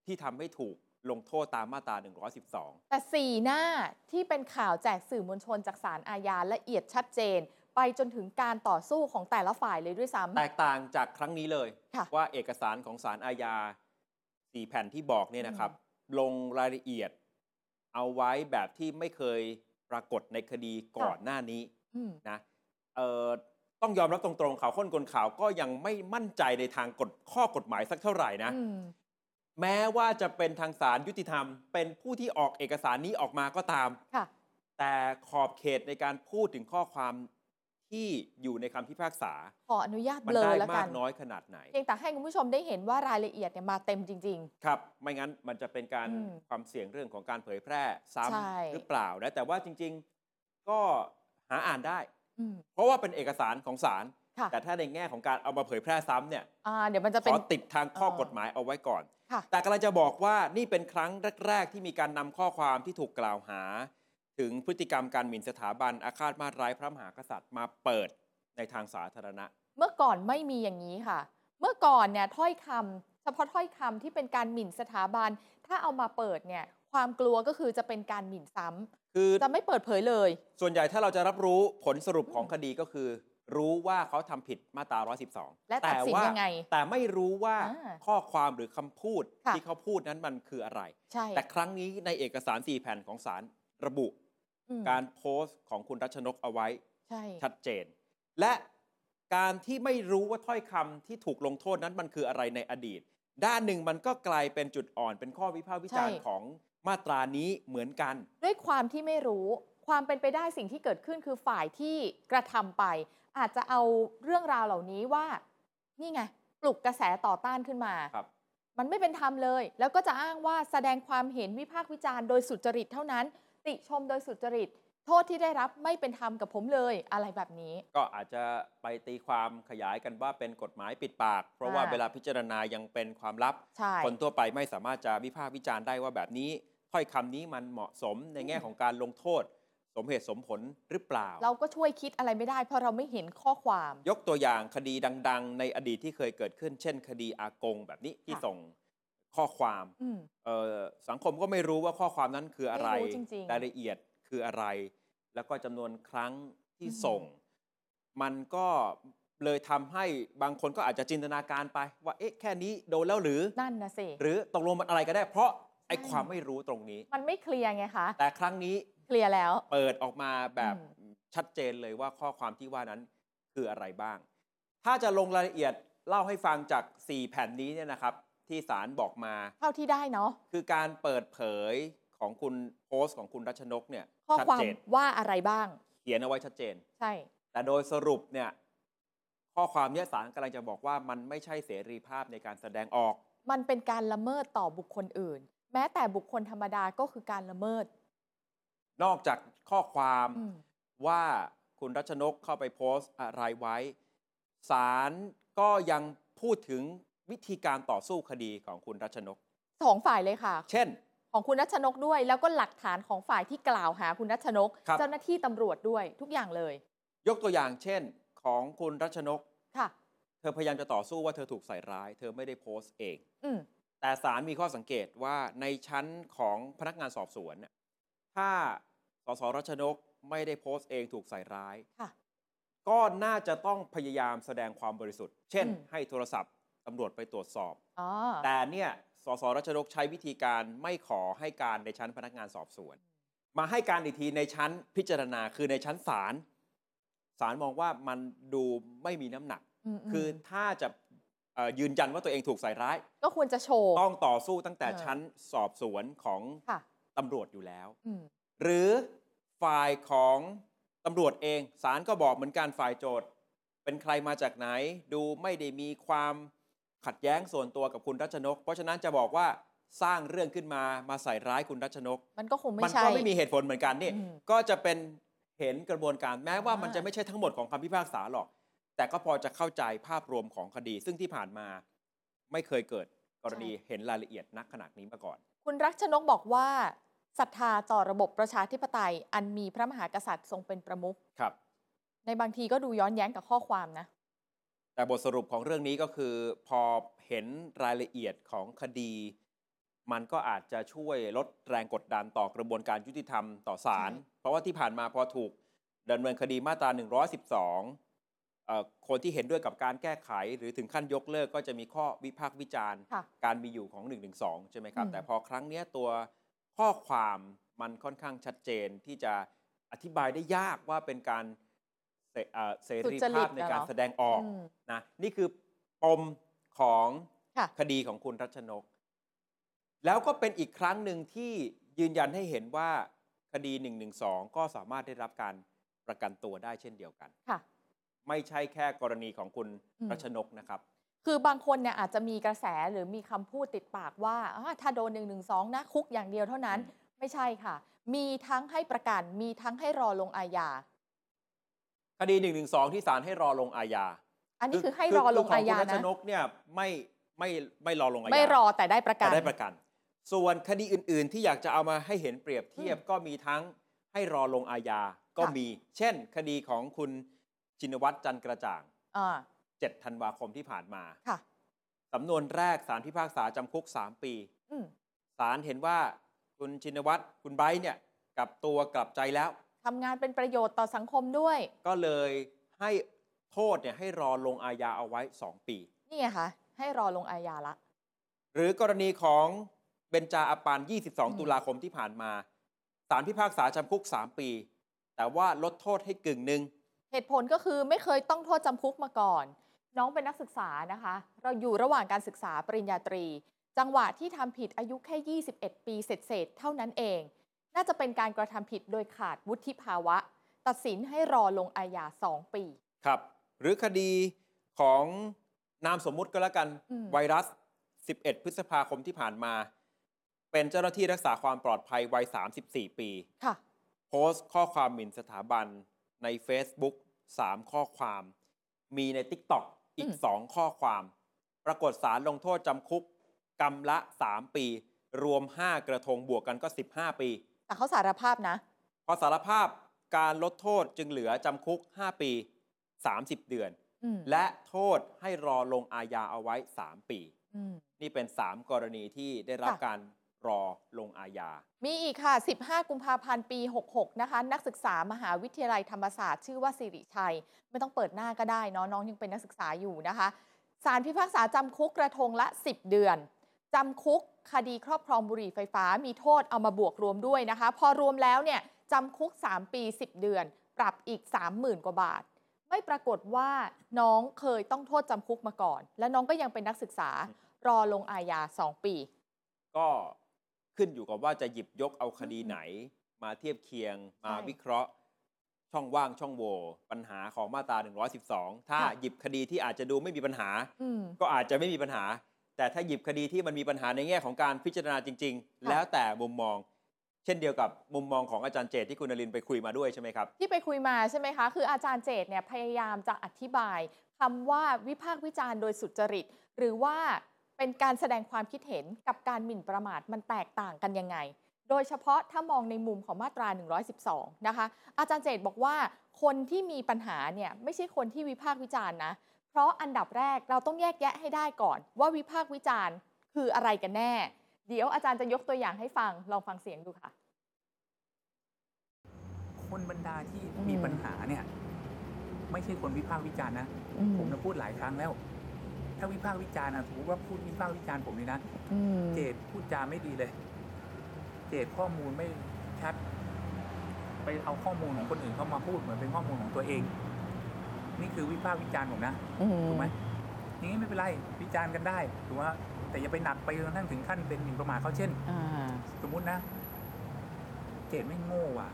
ที่ทำให้ถูกลงโทษตามมาตรา 112
แต่สี่หน้าที่เป็นข่าวแจกสื่อมวลชนจากสารอาญาละเอียดชัดเจน ไปจนถึงการต่อสู้ของแต่ละฝ่ายเลยด้วยซ้ำ
แตกต่างจากครั้งนี้เลย
ค่ะ
ว่าเอกสารของสารอาญาสี่แผ่นที่บอกเนี่ยนะครับ ลงรายละเอียด เอาไว้แบบที่ไม่เคยปรากฏในคดีก่อน
ค่ะ
หน้านี้
อืม
นะเอ่อต้องยอมรับตรงๆข่าวข้นกลข่าวก็ยังไม่มั่นใจในทางกฎข้อกฎหมายสักเท่าไหร่นะ
อืม
แม้ว่าจะเป็นทางสารยุติธรรม เป็นผู้ที่ออกเอกสารนี้ออกมาก็ตาม
ค่ะ
แต่ขอบเขตในการพูดถึงข้อความที่อยู่ในคำพิพากษา
ขออนุญาต
มั
เบ
น
ลอ
ได้
แล้ว
มา
กั
ก
น
น้อยขนาดไหน
เพียงแต่ให้คุณผู้ชมได้เห็นว่ารายละเอียดเนี่ยมาเต็มจริง
ครับ ไม่งั้นมันจะเป็นการ
อืม
ความเสี่ยงเรื่องของการเผยแพร่
ใช่
ซ้ำหรือเปล่านะแต่ว่าจริง ๆ ก็หาอ่านได้
ๆอืม
เพราะว่าเป็นเอกสารของศาล
ค่ะ
แต่ถ้าในแง่ของการเอามาเผยแพร่ซ้ำเนี่ย
อ่าเดี๋ยวมันจะ
ข
เป็น
อติดทางข้อ
เออ
กฎหมายเอาไว้ก่อน
ค่ะ
แต่กำลังจะบอกว่านี่เป็นครั้งแรก ๆ ที่มีการนำข้อความที่ถูกกล่าวหา ถึงพฤติกรรมการหมิ่นสถาบันอาฆาตมาตร้ายพระมหากษัตริย์มาเปิดในทางสาธารณะ
เมื่อก่อนไม่มีอย่างนี้ค่ะ เมื่อก่อนเนี่ยถ้อยคำเฉพาะถ้อยคำที่เป็นการหมิ่นสถาบัน ถ้าเอามาเปิดเนี่ย ความกลัวก็คือจะเป็นการหมิ่นซ้ำ
คือ
จะไม่เปิดเผยเลย
ส่วนใหญ่ถ้าเราจะรับรู้ผลสรุปของ
อืม
คดีก็คือ รู้ว่าเขาทำผิดมาตรา 112
และตัดสิน
ว่า
ยังไง
แต่ไม่รู้ว่า
อ่า
ข้อความหรือคำพูด
ค่ะ
ที่เขาพูดนั้นมันคืออะไร
ใช่
แต่ครั้งนี้ในเอกสาร 4 แผ่นของศาลระบุ
อืม
การโพสต์ของคุณรัชนกเอาไว้
ใช่
ชัดเจน และการที่ไม่รู้ว่าถ้อยคำที่ถูกลงโทษนั้นมันคืออะไรในอดีต ด้านหนึ่งมันก็กลายเป็นจุดอ่อนเป็นข้อวิพากษ์วิจาร
ใช่
ณ์ของมาตรานี้เหมือนกัน
ด้วยความที่ไม่รู้ความเป็นไปได้สิ่งที่เกิดขึ้นคือฝ่ายที่กระทำไป อาจจะเอาเรื่องราวเหล่านี้ว่า นี่ไง ปลุกกระแสต่อต้านขึ้นมา
ครับ
มันไม่เป็นธรรมเลย แล้วก็จะอ้างว่าแสดงความเห็นวิพากษ์วิจารณ์โดยสุจริตเท่านั้น ติชมโดยสุจริต โทษที่ได้รับไม่เป็นธรรมกับผมเลยอะไรแบบนี้
ก็อาจจะไปตีความขยายกันว่าเป็นกฎหมายปิดปาก เพราะว่า
อ่า
เวลาพิจารณายังเป็นความลับ
ใช่
คนทั่วไปไม่สามารถจะวิพากษ์วิจารณ์ได้ว่าแบบนี้ ถ้อยคำนี้มันเหมาะสมในแง่ของการลงโทษ สมเหตุสมผลหรือเปล่า
เราก็ช่วยคิดอะไรไม่ได้ เพราะเราไม่เห็นข้อความ
ยกตัวอย่างคดีดัง ๆ ในอดีตที่เคยเกิดขึ้น เช่น คดีอากงแบบนี้ที่
ค่ะ
ส่ง ข้อความ
อืม
เอ่อสังคมก็ไม่รู้ว่าข้อความนั้นคืออะไร
ไม่รู้จริงๆ
ยละเอียดคืออะไร แล้วก็จำนวนครั้งที่
อืม
ส่ง มันก็เลยทำให้บางคนก็อาจจะจินตนาการไป ว่าเอ๊ะแค่นี้โดนแล้วหรือ
นั่นนะสิ
หรือตกลงมันอะไรก็ได้ เพราะไอ้
ใช่
ความไม่รู้ตรงนี้
มันไม่เคลียร์ไงคะ
แต่ครั้งนี้
เคลียร์แล้ว
เปิดออกมาแบบ
อื
ชัดเจนเลยว่าข้อความที่ว่านั้นคืออะไรบ้าง ถ้าจะลงรายละเอียดเล่าให้ฟังจาก 4 แผ่นนี้เนี่ยนะครับ ที่ศาลบอกมา
เท่าที่ได้เนาะ
คือการเปิดเผยของคุณโพสต์ของคุณรัชนกเนี่ย
ข้อ
ชัด
ความ
เจน
ว่าอะไรบ้าง
เขียนเอาไว้ชัดเจน
ใช่
แต่โดยสรุปเนี่ยข้อความเนี้ยสารกำลังจะบอกว่ามันไม่ใช่เสรีภาพในการแสดงออก
มันเป็นการละเมิดต่อบุคคลอื่น แม้แต่บุคคลธรรมดาก็คือการละเมิด
นอกจากข้อความ
อืม
ว่าคุณรัชนกเข้าไปโพสต์อะไรไว้สารก็ยังพูดถึงวิธีการต่อสู้คดีของคุณรัชนก
สองฝ่ายเลยค่ะ
เช่น
ของคุณรัชนกด้วย แล้วก็หลักฐานของฝ่ายที่กล่าวหาคุณรัชนก
ครับ
เจ้าหน้าที่ตำรวจด้วยทุกอย่างเลย
ยกตัวอย่างเช่นของคุณรัชนก
ค่ะ
เธอพยายามจะต่อสู้ว่าเธอถูกใส่ร้าย เธอไม่ได้โพสต์เอง
อืม
แต่ศาลมีข้อสังเกตว่าในชั้นของพนักงานสอบสวนน่ะถ้าสสรัชนกไม่ได้โพสต์เองถูกใส่ร้าย
ค่ะ
ก็น่าจะต้องพยายามแสดงความบริสุทธิ์ เช่น
อืม
ให้โทรศัพท์ตำรวจไปตรวจสอบ
อ๋อ
แต่เนี่ยสสรัชนกใช้วิธีการไม่ขอให้การในชั้นพนักงานสอบสวน มาให้การอีกทีในชั้นพิจารณาคือในชั้นศาลศาลมองว่ามันดูไม่มีน้ำหนัก
มๆ
คือถ้าจะเอ่อยืนยันว่าตัวเองถูกใส่ร้าย
ก็ควรจะโชว์
ต้องต่อสู้ตั้งแต่
เออ
ชั้นสอบสวนของ
ค่ะ
ตำรวจอยู่แล้ว
อืม
หรือฝ่ายของตำรวจเองศาลก็บอกเหมือนกันฝ่ายโจทย์ เป็นใครมาจากไหน ดูไม่ได้มีความขัดแย้งส่วนตัวกับคุณรัชนก เพราะฉะนั้นจะบอกว่าสร้างเรื่องขึ้นมามาใส่ร้ายคุณรัชนก
มันก็คงไม่
มัน
ใช่
ก็ไม่มีเหตุผลเหมือนกันนี่
อืม
ก็จะเป็นเห็นกระบวนการแม้ว่า
อ่ามั
มันจะไม่ใช่ทั้งหมดของคำพิพากษาหรอก แต่ก็พอจะเข้าใจภาพรวมของคดี ซึ่งที่ผ่านมาไม่เคยเกิดกรณีเห็นรายละเอียดนักขนาดนี้มาก่อน
คุณรักชนกบอกว่าศรัทธาต่อระบบประชาธิปไตย อันมีพระมหากษัตริย์ทรงเป็นประมุข
ครับ
ในบางทีก็ดูย้อนแย้งกับข้อความนะ
แต่บทสรุปของเรื่องนี้ก็คือ พอเห็นรายละเอียดของคดี มันก็อาจจะช่วยลดแรงกดดันต่อกระบวนการยุติธรรมต่อศาล
ใช่
เพราะว่าที่ผ่านมาพอถูกดำเนินคดีมาตรา 112เอ่อคนที่เห็นด้วยกับการแก้ไข หรือถึงขั้นยกเลิกก็จะมีข้อวิพากษ์วิจารณ์
ค่ะ
การมีอยู่ของ1นึใช่ไหมครับ
อืม
แต่พอครั้งเนี้ยตัวข้อความมันค่อนข้างชัดเจนที่จะอธิบายได้ยากว่าเป็นการเสเอ่อเสรีภาพในการแสดงออก
อืม
นะนี่คือปมของ
ค่ะ
คดีของคุณรัชนก แล้วก็เป็นอีกครั้งหนึ่งที่ยืนยันให้เห็นว่าคดี 112 ก็สามารถได้รับการประกันตัวได้เช่นเดียวกัน
ค่ะ
ไม่ใช่แค่กรณีของคุณ
อืม
รัชนกนะครับ
คือบางคนเนี่ยอาจจะมีกระแสหรือมีคำพูดติดปากว่าอ่าถ้าโดน1นึนะคุกอย่างเดียวเท่านั้น
อืม
ไม่ใช่ค่ะ มีทั้งให้ประกันมีทั้งให้รอลงอาญา
คดี 112 ที่ศาลให้รอลงอาญา
อันนี้คือให้รอลงอาญา
คืขคุณรัช
นะ
นกเนี่ยไม่ไม่ไม่รอลงอาญา
ไม่รอแต่ได้ประกัน
จะได้ประกัน ส่วนคดีอื่น ๆ ที่อยากจะเอามาให้เห็นเปรียบเทียบก็มีทั้งให้รอลงอาญา ก็
ค่ะ
มี เช่น คดีของคุณจินวัตรจันทร์กระจ่าง
อ่า
7 ธันวาคมที่ผ่านมา
ค่ะ
สำนวนแรกสารพิพากษาจำคุก 3 ปี
อืม
ศาลเห็นว่าคุณชินวัตรคุณไบร์ทเนี่ยกลับตัวกลับใจแล้ว
ทำงานเป็นประโยชน์ต่อสังคมด้วย
ก็เลยให้โทษเนี่ยให้รอลงอาญาเอาไว้ 2 ปี
นี่ไงคะให้รอลงอาญาละ
หรือกรณีของเบนจาอาปาน
ม
22 ตุลาคมที่ผ่านมา ศาลพิพากษาจำคุก 3 ปี แต่ว่าลดโทษให้กึ่งหนึ่ง
เหตุผลก็คือไม่เคยต้องโทษจำคุกมาก่อน น้องเป็นนักศึกษานะคะ เราอยู่ระหว่างการศึกษาปริญญาตรี จังหวะที่ทำผิดอายุแค่ 21 ปีเศษๆเท่านั้นเอง น่าจะเป็นการกระทำผิดโดยขาดวุฒิภาวะ ตัดสินให้รอลงอาญา 2 ปี
ครับ หรือคดีของนามสมมุติก็แล้วกัน
อืม
ไวรัส 11 พฤษภาคมที่ผ่านมา เป็นเจ้าหน้าที่รักษาความปลอดภัยวัย 34 ปี
ค่ะ
โพสต์ข้อความหมิ่นสถาบันใน Facebook 3 ข้อความ มีใน TikTok อีก
อืม
2 ข้อความ ปรากฏสารลงโทษจำคุกกรรมละ 3 ปี รวม 5 กระทงบวกกันก็ 15 ปี
แต่เขาสารภาพนะ
พอสารภาพการลดโทษจึงเหลือจำคุก 5 ปี 30 เดือน
อื อืม
และโทษให้รอลงอาญาเอาไว้ 3 ปี
อืม
นี่เป็น 3 กรณีที่ได้รับ
ค่ะ
การรอลงอาญา
มีอีกค่ะ 15 กุมภาพันธ์ ปี 66 นะคะ นักศึกษามหาวิทยาลัยธรรมศาสตร์ ชื่อว่าสิริชัย ไม่ต้องเปิดหน้าก็ได้เนอะน้องยังเป็นนักศึกษาอยู่นะคะ สารพิพากษาจำคุกกระทงละ 10 เดือน จำคุกคดีครอบครองบุหรี่ไฟฟ้ามีโทษเอามาบวกรวมด้วยนะคะ พอรวมแล้วเนี่ยจำคุก 3 ปี 10 เดือน ปรับอีก 30,000 กว่าบาท ไม่ปรากฏว่าน้องเคยต้องโทษจำคุกมาก่อน และน้องก็ยังเป็นนักศึกษารอลงอาญาสองปี
ก็ขึ้นอยู่กับว่าจะหยิบยกเอาคดีไหน มาเทียบเคียงมา
ใช่
วิเคราะห์ ช่องว่างช่องโหว่ปัญหาของมาตรา 112 ถ้า
ค่ะ
หยิบคดีที่อาจจะดูไม่มีปัญหา
อืม
ก็อาจจะไม่มีปัญหา แต่ถ้าหยิบคดีที่มันมีปัญหาในแง่ของการพิจารณาจริง ๆ
ค่ะ
แล้วแต่มุมมอง เช่นเดียวกับมุมมองของอาจารย์เจตที่คุณนรินทร์ไปคุยมาด้วยใช่ไหมครับ
ที่ไปคุยมาใช่ไหมคะ คืออาจารย์เจตเนี่ยพยายามจะอธิบายคำว่าวิพากษ์วิจารณ์โดยสุจริต หรือว่าเป็นการแสดงความคิดเห็นกับการหมิ่นประมาทมันแตกต่างกันยังไง โดยเฉพาะถ้ามองในมุมของมาตรา 112 นะคะ อาจารย์เจตบอกว่าคนที่มีปัญหาเนี่ยไม่ใช่คนที่วิพากษ์วิจารณ์นะ เพราะอันดับแรกเราต้องแยกแยะให้ได้ก่อน ว่าวิพากษ์วิจารณ์คืออะไรกันแน่ เดี๋ยวอาจารย์จะยกตัวอย่างให้ฟังลองฟังเสียงดูค่ะ
คนบรรดาที่
อืม
มีปัญหาเนี่ย ไม่ใช่คนวิพากษ์วิจารณ์นะผมนะพูดหลายครั้งแล้ว ถ้าวิพากษ์วิจารณ์อะสมมติว่าพูดวิพากษ์วิจารณ์ผมเลยนะเจตพูดจาไม่ดีเลย เจตข้อมูลไม่ชัด ไปเอาข้อมูลของคนอื่นเข้ามาพูดเหมือนเป็นข้อมูลของตัวเอง นี่คือวิพากษ์วิจารณ์ผมนะ ถูกไหมอย่างนี้ไม่เป็นไรวิจารณ์กันได้ถูกไหมแต่อย่าไปหนักไปจนกระทั่งถึงขั้นเป็นหมิ่นประมาทเขาเช่น สมมุตินะ เจดไม่งโง่ว่ะ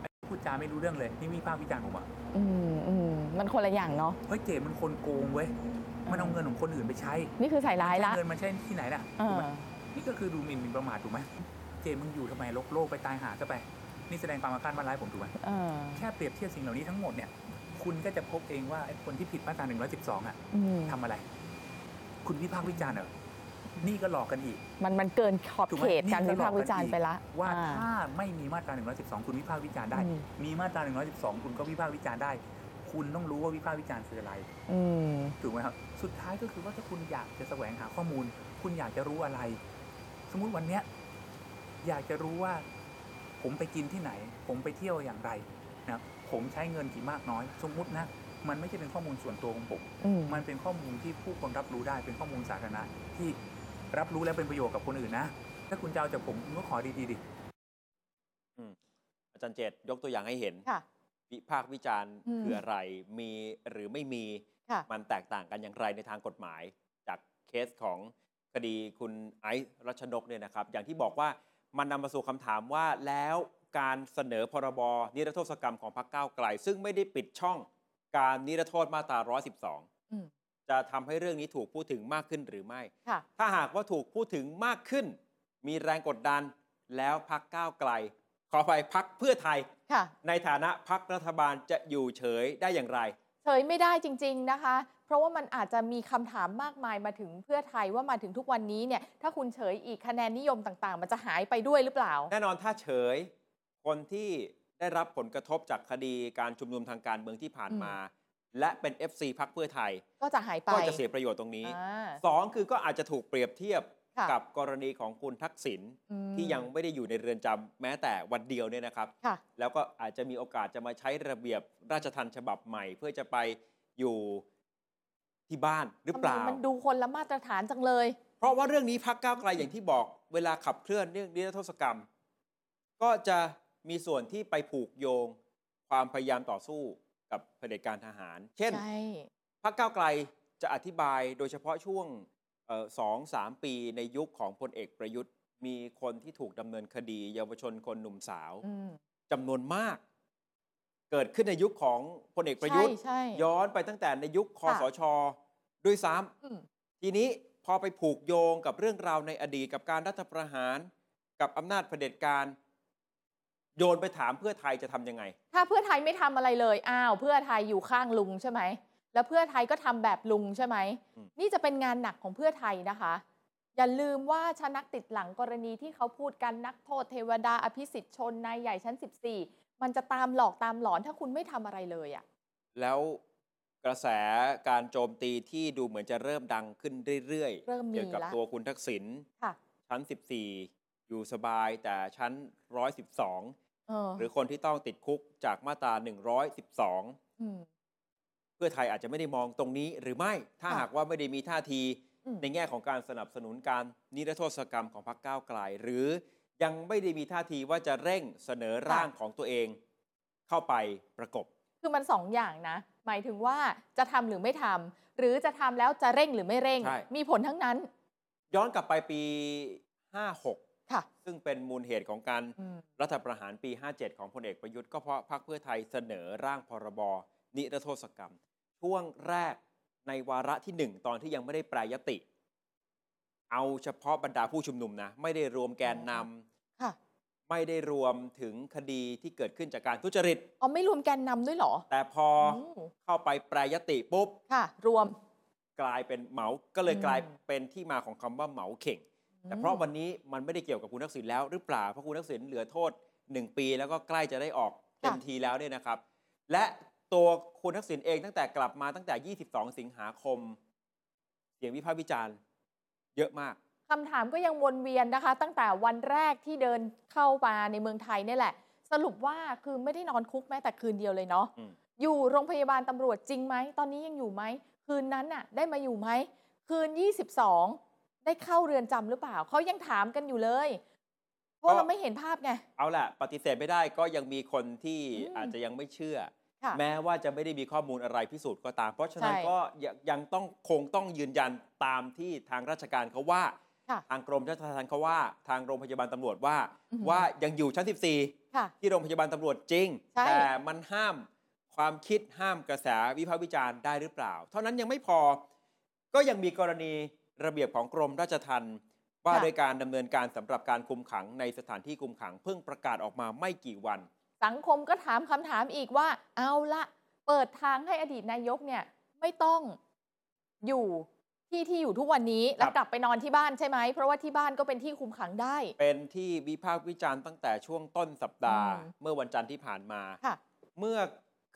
ไอ้พูดจาไม่รู้เรื่องเลย นี่มีภาพวิจารณ์ผมอ่ะ
อืมอืมมันคนละอย่างเนาะ
เฮ้ยเจดมันคนโกงเว้ย มันเอาเงินของคนอื่นไปใช้
นี่คือใส่ร้ายละ
เงินมันใช้ที่ไหนล่ะ
เอ
ถูก
อ
ไหมนี่ก็คือดูหมิ่นหมิ่นประมาทถูกไหมเจดมึงอยู่ทำไมลกโลกไปตายหาซะไป นี่แสดงความอาฆาตมาร้ายผมถูกไหม
เออ
แค่เปรียบเทียบสิ่งเหล่านี้ทั้งหมดเนี่ย คุณก็จะพบเองว่าไอ้คนที่ผิดมาตรา112อ่ะ
อืม
ทำอะไร คุณวิพากษ์วิจารณ์เหรอนี่ก็หลอกกันอีก
มันมันเกินขอบ
ถูกไหม
เขตการ
นี่
วิ
ก็หล
พา
อก ก
ษ์วิจารณ์
กันอีก
ไปละ
ว่า
อ่
ถ้าไม่มีมาตรา112 คุณวิพากษ์วิจารณ์ได้
อืม
มีมาตรา 112 คุณก็วิพากษ์วิจารณ์ได้ คุณต้องรู้ว่าวิพากษ์วิจารณ์คืออะไร
อืม
ถูกไหมครับ สุดท้ายก็คือว่าถ้าคุณอยากจะแสวงหาข้อมูล คุณอยากจะรู้อะไร สมมุติวันเนี้ยอยากจะรู้ว่า ผมไปกินที่ไหน ผมไปเที่ยวอย่างไรนะครับผมใช้เงินกี่มากน้อย สมมุตินะ มันไม่ใช่เป็นข้อมูลส่วนตัวของผม
อืม
มันเป็นข้อมูลที่ผู้คนรับรู้ได้เป็นข้อมูลสาธารณะที่รับรู้และเป็นประโยชน์กับคนอื่นนะ ถ้าคุณจะเอาจากผมคุณก็ขอดีๆดิ
อาจารย์เจตยกตัวอย่างให้เห็น
ค่ะ
วิพากษ์วิจารณ์
อืม
คืออะไร มีหรือไม่มี
ค่ะ
มันแตกต่างกันอย่างไรในทางกฎหมาย จากเคสของคดีคุณไอซ์รัชนกเนี่ยนะครับ อย่างที่บอกว่ามันนำมาสู่คำถามว่าแล้วการเสนอพรบนิรโทษกรรมของพรรคก้าวไกล ซึ่งไม่ได้ปิดช่องการนิรโทษมาตรา
อืม
112 จะทำให้เรื่องนี้ถูกพูดถึงมากขึ้นหรือไม่
ค่ะ
ถ้าหากว่าถูกพูดถึงมากขึ้น มีแรงกดดันแล้วพักก้าวไกล ขอไปพักเพื่อไทย
ค่ะ
ในฐานะพักรัฐบาลจะอยู่เฉยได้อย่างไร
เฉยไม่ได้จริง ๆ นะคะ เพราะว่ามันอาจจะมีคำถามมากมายมาถึงเพื่อไทยว่ามาถึงทุกวันนี้เนี่ย ถ้าคุณเฉยอีกคะแนนนิยมต่างๆ มันจะหายไปด้วยหรือเปล่า
แน่นอนถ้าเฉย คนที่ได้รับผลกระทบจากคดีการชุมนุมทางการเมืองที่ผ่านมา และเป็น FC พักเพื่อไทย
ก็จะหายไป
ก็จะเสียประโยชน์ตรงนี้
อ่า
สองคือก็อาจจะถูกเปรียบเทียบ
ค่ะ
กับกรณีของคุณทักษิณ
อืม
ที่ยังไม่ได้อยู่ในเรือนจำแม้แต่วันเดียวเนี่ยนะครับ
ค่ะ
แล้วก็อาจจะมีโอกาสจะมาใช้ระเบียบราชทันฉบับใหม่ เพื่อจะไปอยู่ที่บ้านหรือ
ทำ
เป
ไม
ล่า
มันดูคนละมาตรฐานจังเลย
เพราะว่าเรื่องนี้พักก้าวไกลอย่างที่บอกเวลาขับเคลื่อนเรื่องนิรโทษกรรม ก็จะมีส่วนที่ไปผูกโยง ความพยายามต่อสู้กับเผด็จการทหาร เช่น
ใช่
พักก้าวไกลจะอธิบายโดยเฉพาะช่วงเอ่อสองสามปีในยุคของพลเอกประยุทธ์ มีคนที่ถูกดำเนินคดี เยาวชนคนหนุ่มสาว
อืม
จำนวนมาก เกิดขึ้นในยุคของพลเอกประยุทธ์
ใช่ใช่
ย้อนไปตั้งแต่ในยุคคอสช ด้วยซ้
อืม
ำทีนี้พอไปผูกโยงกับเรื่องราวในอดีตกับการรัฐประหาร กับอำนาจเผด็จการ โยนไปถามเพื่อไทยจะทำยังไง
ถ้าเพื่อไทยไม่ทำอะไรเลย อ้าว เพื่อไทยอยู่ข้างลุงใช่ไหม แล้วเพื่อไทยก็ทำแบบลุงใช่ไหม
อืม
นี่จะเป็นงานหนักของเพื่อไทยนะคะ อย่าลืมว่าชะนักติดหลังกรณีที่เขาพูดกันนักโทษเทวดาอภิสิทธิ์ชนนายใหญ่ชั้น 14 มันจะตามหลอกตามหลอนถ้าคุณไม่ทำอะไรเลยอะ
แล้ว กระแสการโจมตีที่ดูเหมือนจะเริ่มดังขึ้นเรื่อย
เริ่มมี
เกี่ยวกับ
ละ
ตัวคุณทักษิณ
ค่ะ
ชั้น 14 อยู่สบายแต่ชั้น 112
เออ
หรือคนที่ต้องติดคุกจากมาตรา 112
ม
เพื่อไทยอาจจะไม่ได้มองตรงนี้หรือไม่ ถ้า
ค่ะ
หากว่าไม่ได้มีท่าที
อืม
ในแง่ของการสนับสนุนการนิรโทษกรรมของพรรคก้าวไกล หรือยังไม่ได้มีท่าทีว่าจะเร่งเสนอร่างของตัวเอง เข้าไปประกบ
คือมันสองอย่างนะ หมายถึงว่าจะทำหรือไม่ทำหรือจะทำแล้วจะเร่งหรือไม่เร่ง
ใช่
มีผลทั้งนั้น
ย้อนกลับไปปี 56
ค่ะ
ซึ่งเป็นมูลเหตุของการ
อืม
รัฐประหารปี 57 ของพลเอกประยุทธ์ก็เพราะพรรคเพื่อไทยเสนอร่างพรบนิรโทษกรรม ช่วงแรกในวาระทีหนึ่1 ตอนที่ยังไม่ได้แปรยติ เอาเฉพาะบรรดาผู้ชุมนุมนะ ไม่ได้รวมแกนนำ
ค่ะ
ไม่ได้รวมถึงคดีที่เกิดขึ้นจากการทุจริต
อ๋อไม่รวมแกนนำด้วยเหรอ
แต่พออ
ม
เข้าไปแปรยติปุ๊บ
ค่ะ รวม
กลายเป็นเหมาก็เลย
อืม
กลายเป็นที่มาของคำว่าเหมาเข่ง แต่เพราะวันนี้มันไม่ได้เกี่ยวกับคุณทักษิณแล้วหรือเปล่า เพราะคุณทักษิณเหลือโทษ 1 ปีแล้วก็ใกล้จะได้ออกเต็มทีแล้วเนี่ยนะครับ และตัวคุณทักษิณเองตั้งแต่กลับมาตั้งแต่ 22 สิงหาคม เสียงวิพากษ์วิจารณ์เยอะมาก
คำถามก็ยังวนเวียนนะคะ ตั้งแต่วันแรกที่เดินเข้ามาในเมืองไทยเนี่ยแหละ สรุปว่าคือไม่ได้นอนคุกแม้แต่คืนเดียวเลยเนาะ
อืม
อยู่โรงพยาบาลตำรวจจริงไหม ตอนนี้ยังอยู่ไหม คืนนั้นน่ะ ได้มาอยู่ไหม คืน 22 ได้เข้าเรือนจำหรือเปล่า เขายังถามกันอยู่เลย เพราะเราไม่เห็นภาพไง
เอาล่ะ ปฏิเสธไม่ได้ก็ยังมีคนที่
อืม
อาจจะยังไม่เชื่อ
ค่ะ
แม้ว่าจะไม่ได้มีข้อมูลอะไรพิสูจน์ก็ตาม เพราะฉะนั้น
ใช่
ก็ยังยังต้องคงต้องยืนยันตามที่ทางราชการเขาว่า
ค่ะ
ทางกรมราชทัณฑ์เขาว่า ทางโรงพยาบาลตำรวจว่า
อือหือ
ว่ายังอยู่ชั้น 14
ค่ะ
ที่โรงพยาบาลตำรวจจริง
ใช่
แต่มันห้ามความคิดห้ามกระแสวิพากษ์วิจารณ์ได้หรือเปล่า เท่านั้นยังไม่พอ ก็ยังมีกรณีระเบียบของกรมราชทัณฑ์ว่าโดวยการดำเนินการสำหรับการคุมขังในสถานที่คุมขัง เพิ่งประกาศออกมาไม่กี่วัน
สังคมก็ถามคำถามอีกว่า เอาละเปิดทางให้อดีตนายกเนี่ย ไม่ต้องอยู่ที่ที่อยู่ทุกวันนี้แล้วกลับไปนอนที่บ้านใช่ไหม เพราะว่าที่บ้านก็เป็นที่คุมขังได้
เป็นที่วิพากษ์วิจารณ์ตั้งแต่ช่วงต้นสัปดาห์
อืม
เมื่อวันจันทร์ที่ผ่านมา
ค่ะ
เมื่อ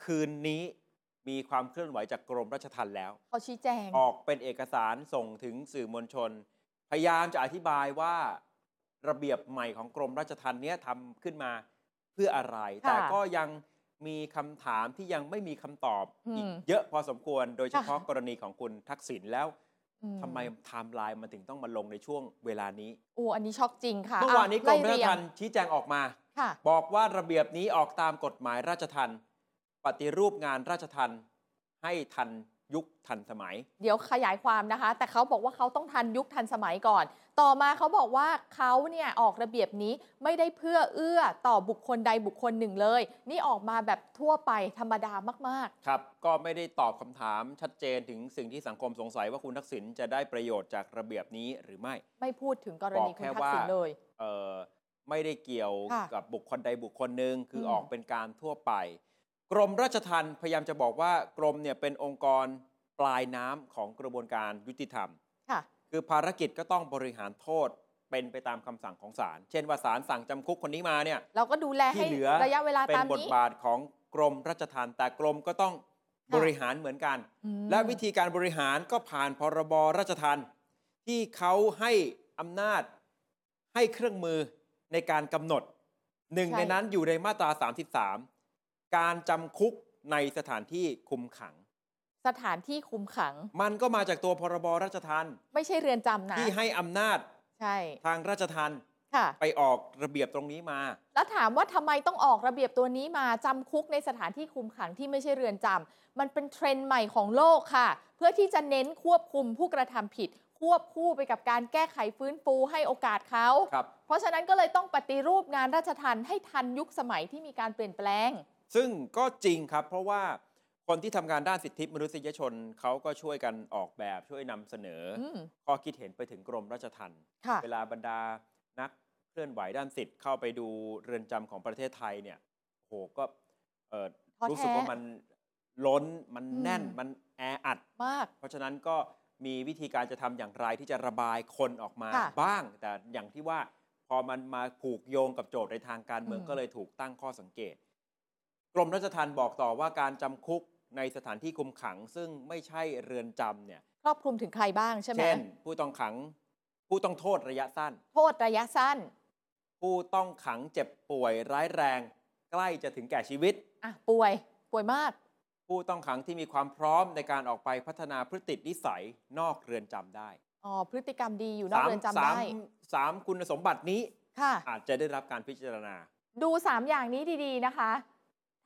คืนนี้มีความเคลื่อนไหวจากกรมราชทัณฑ์แล้ว
เขาชี้แจง
ออกเป็นเอกสารส่งถึงสื่อมวลชน พยายามจะอธิบายว่าระเบียบใหม่ของกรมราชทัณฑ์เนี้ยทำขึ้นมาเพื่ออะไร
ค่ะ
แต่ก็ยังมีคำถามที่ยังไม่มีคำตอบ
อืม
อีกเยอะพอสมควร โดยเฉพาะ
ค่ะ
กรณีของคุณทักษิณแล้ว
อื
ทำไมไทม์ไลน์มันถึงต้องมาลงในช่วงเวลานี้
โอ้อันนี้ช็อกจริงค่ะ
เมื่อวานนี้กรมราชทัณฑ์
ไเย
ชี้แจงออกมา
งค่ะ
บอกว่าระเบียบนี้ออกตามกฎหมายราชทันปฏิรูปงานราชทันให้ทันยุคทันสมัย
เดี๋ยวขยายความนะคะ แต่เขาบอกว่าเขาต้องทันยุคทันสมัยก่อน ต่อมาเขาบอกว่าเขาเนี่ยออกระเบียบนี้ไม่ได้เพื่อเอื้อต่อบุคคลใดบุคคลหนึ่งเลย นี่ออกมาแบบทั่วไปธรรมดามาก
ครับ ก็ไม่ได้ตอบคำถามชัดเจนถึงสิ่งที่สังคมสงสัยว่าคุณทักษิณจะได้ประโยชน์จากระเบียบนี้หรือไม่
ๆ ไม่พูดถึงกรณี
บอก
คุ
แค่
ณทักษิณ
ว่า
เลย
เอ่อไม่ได้เกี่ยว
ค่ะ
กับบุคคลใดบุคคลหนึ่งคือ
ม
ออกเป็นการทั่วไป กรมราชทัณฑ์พยายามจะบอกว่ากรมเนี่ยเป็นองค์กรปลายน้ำของกระบวนการยุติธรรม
ค่ะ
คือภารกิจก็ต้องบริหารโทษเป็นไปตามคำสั่งของศาล เช่นว่าศาลสั่งจำคุกคนนี้มาเนี่ย
เราก็ดูแลให้
ที่เหลือ
ระยะเวลา
เป็น
ตาม
บท
นี้
บาทของกรมราชทัณฑ์แต่กรมก็ต้อง
ค่ะ
บริหารเหมือนกัน
อืม
และวิธีการบริหารก็ผ่านพรบราชทัณฑ์ที่เขาให้อำนาจให้เครื่องมือในการกำหนด หนึ่งในนั้นอยู่ในมาตรา 33 การจำคุกในสถานที่คุมขัง
สถานที่คุมขัง
มันก็มาจากตัวพรบราชทัณฑ์
ไม่ใช่เรือนจำนะ
ที่ให้อำนาจ
ใช่
ทางราชทัณฑ์
ค่ะ
ไปออกระเบียบตรงนี้มา
แล้วถามว่าทำไมต้องออกระเบียบตัวนี้มาจำคุกในสถานที่คุมขังที่ไม่ใช่เรือนจำมันเป็นเทรนด์ใหม่ของโลกค่ะ เพื่อที่จะเน้นควบคุมผู้กระทำผิด ควบคู่ไปกับการแก้ไขฟื้นฟูให้โอกาสเขา
ครับ
เพราะฉะนั้นก็เลยต้องปฏิรูปงานราชทัณฑ์ให้ทันยุคสมัยที่มีการเปลี่ยนแปลง
ซึ่งก็จริงครับ เพราะว่าคนที่ทำงานด้านสิทธิมนุษยชนเขาก็ช่วยกันออกแบบช่วยนำเสนออ
อืม
ข้อคิดเห็นไปถึงกรมราชทัณฑ์
ค่ะ
เวลาบรรดานักเคลื่อนไหวด้านสิทธิ์เข้าไปดูเรือนจำของประเทศไทยเนี่ยโหก็เอ่อ
ท้อ
รู้สึก
แท้
ว่ามันล้นมันแน่น
อืม
มันแออัด
มาก
เพราะฉะนั้นก็มีวิธีการจะทำอย่างไรที่จะระบายคนออกมา
ค่ะ
บ้าง แต่อย่างที่ว่าพอมันมาผูกโยงกับโจทย์ในทางการเมือง
อืม
ก็เลยถูกตั้งข้อสังเกต กรมราชทัณฑ์บอกต่อว่าการจำคุก ในสถานที่คุมขัง ซึ่งไม่ใช่เรือนจำเนี่ย
ครอบคลุมถึงใครบ้างใช่ไหม
เช่น ผู้ต้องขัง ผู้ต้องโทษระยะสั้น
โทษระยะสั้น
ผู้ต้องขังเจ็บป่วยร้ายแรง ใกล้จะถึงแก่ชีวิต
อ่ะป่วยป่วยมาก
ผู้ต้องขังที่มีความพร้อมในการออกไปพัฒนาพฤตินิสัยนอกเรือนจำได้
อ๋อ พฤติกรรมดีอยู่นอกเรือนจำ
สาม
ได้
สามคุณสมบัตินี้
ค่ะ
อาจจะได้รับการพิจารณา
ดู 3 อย่างนี้ดีๆนะคะ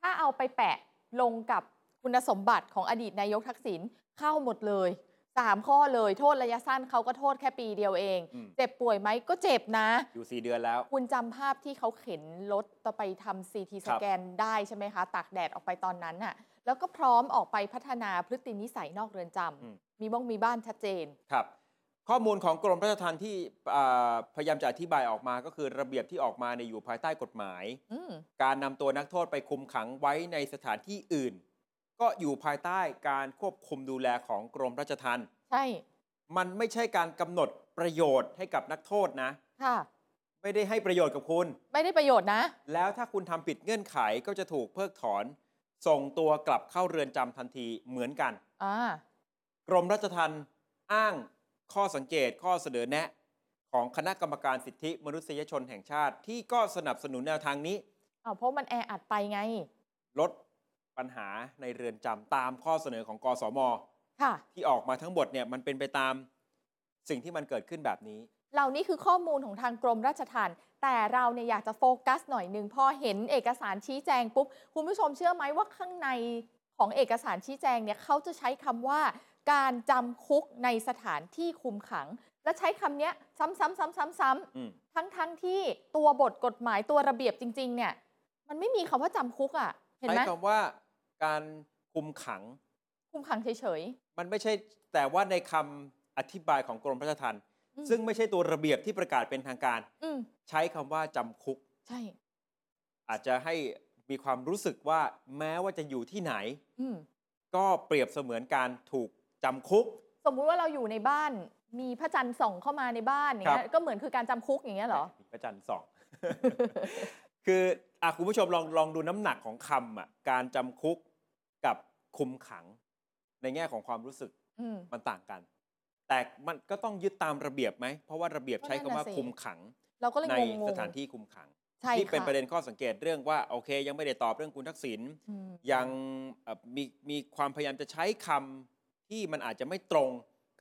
ถ้าเอาไปแปะลงกับคุณสมบัติของอดีตนายกทักษิณเข้าหมดเลย 3 ข้อเลยโทษระยะสั้นเขาก็โทษแค่ปีเดียวเอง
อืม
เจ็บป่วยไหมก็เจ็บนะ
อยู่สี่เดือนแล้ว
คุณจำภาพที่เขาเข็นรถต่อไปทำซีที
ค
ส
รับ
แกนได้ใช่ไหมคะ ตากแดดออกไปตอนนั้นน่ะ แล้วก็พร้อมออกไปพัฒนาพฤตินิสัยนอกเรือนจำมีบ้องมีบ้านชัดเจน
ครับข้อมูลของกรมราชทัณฑ์ที่อ่าพยายามจะอธิบายออกมาก็คือระเบียบที่ออกมาในยอยู่ภายใต้กฎหมาย
อืม
การนำตัวนักโทษไปคุมขังไว้ในสถานที่อื่น ก็อยู่ภายใต้การควบคุมดูแลของกรมราชทัณฑ์
ใช่
มันไม่ใช่การกำหนดประโยชน์ให้กับนักโทษนะ
ค่ะ
ไม่ได้ให้ประโยชน์กับคุณ
ไม่ได้ประโยชน์นะ
แล้วถ้าคุณทำผิดเงื่อนไขก็จะถูกเพิกถอน ส่งตัวกลับเข้าเรือนจำทันทีเหมือนกัน
อ่า
กรมราชทัณฑ์อ้างข้อสังเกตข้อเสนอแนะ ของคณะกรรมการสิทธิมนุษยชนแห่งชาติ ที่ก็สนับสนุนแนวทางนี้
อ้าวเพราะมันแออัดไปไง
ลดปัญหาในเรือนจำตามข้อเสนอของกสม
ค่ะ
ที่ออกมาทั้งหมดเนี่ยมันเป็นไปตามสิ่งที่มันเกิดขึ้นแบบนี้
เหล่านี้คือข้อมูลของทางกรมราชทัณฑ์แต่เราเนี่ยอยากจะโฟกัสหน่อยหนึ่งพอเห็นเอกสารชี้แจงปุ๊บ คุณผู้ชมเชื่อไหมว่าข้างในของเอกสารชี้แจงเนี่ยเขาจะใช้คำว่า การจำคุกในสถานที่คุมขัง และใช้คำเนี้ยซ้ำๆๆ
อืม
ๆๆทั้งๆที่ตัวบทกฎหมายตัวระเบียบจริง ๆ เนี่ย มันไม่มีคำว่าจำคุกอ่ะ เห็น
ใช้
ไหม
คำว่าการคุมขัง
คุมขังเฉย
มันไม่ใช่แต่ว่าในคำอธิบายของกรมราชทัณฑ์
ๆอืม
ซึ่งไม่ใช่ตัวระเบียบที่ประกาศเป็นทางการ
อืม
ใช้คำว่าจำคุก
ใช่
อาจจะให้มีความรู้สึกว่าแม้ว่าจะอยู่ที่ไหน
อืม
ก็เปรียบเสมือนการถูกจำคุก
สมมุติว่าเราอยู่ในบ้านมีพระจันทร์ส่องเข้ามาในบ้านอย่างเงี้
ครั
ย
บ
ก็เหมือนคือการจำคุกอย่างเงี้ยเหรอ
มีพระจันทร์สอง คืออ่ะคุณผู้ชมลองลองดูน้ำหนักของคำอ่ะการจำคุกกับคุมขัง ในแง่ของความรู้สึก
อืม
มันต่างกัน แต่มันก็ต้องยึดตามระเบียบไหม เพราะว่าระเบียบใช้คำว่า
ก็นั่นน่ะสิ
คุมขัง
เราก็เลย
ใน
งง
ส
ๆ
ถานที่คุมขัง
ใช่
ที่เป็น
ค่
ประเด็นข้อสังเกตเรื่องว่าโอเค ยังไม่ได้ตอบเรื่องคุณทักษิณ
อืม
ยังเอ่อมีมีความพยายามจะใช้คำที่มันอาจจะไม่ตรง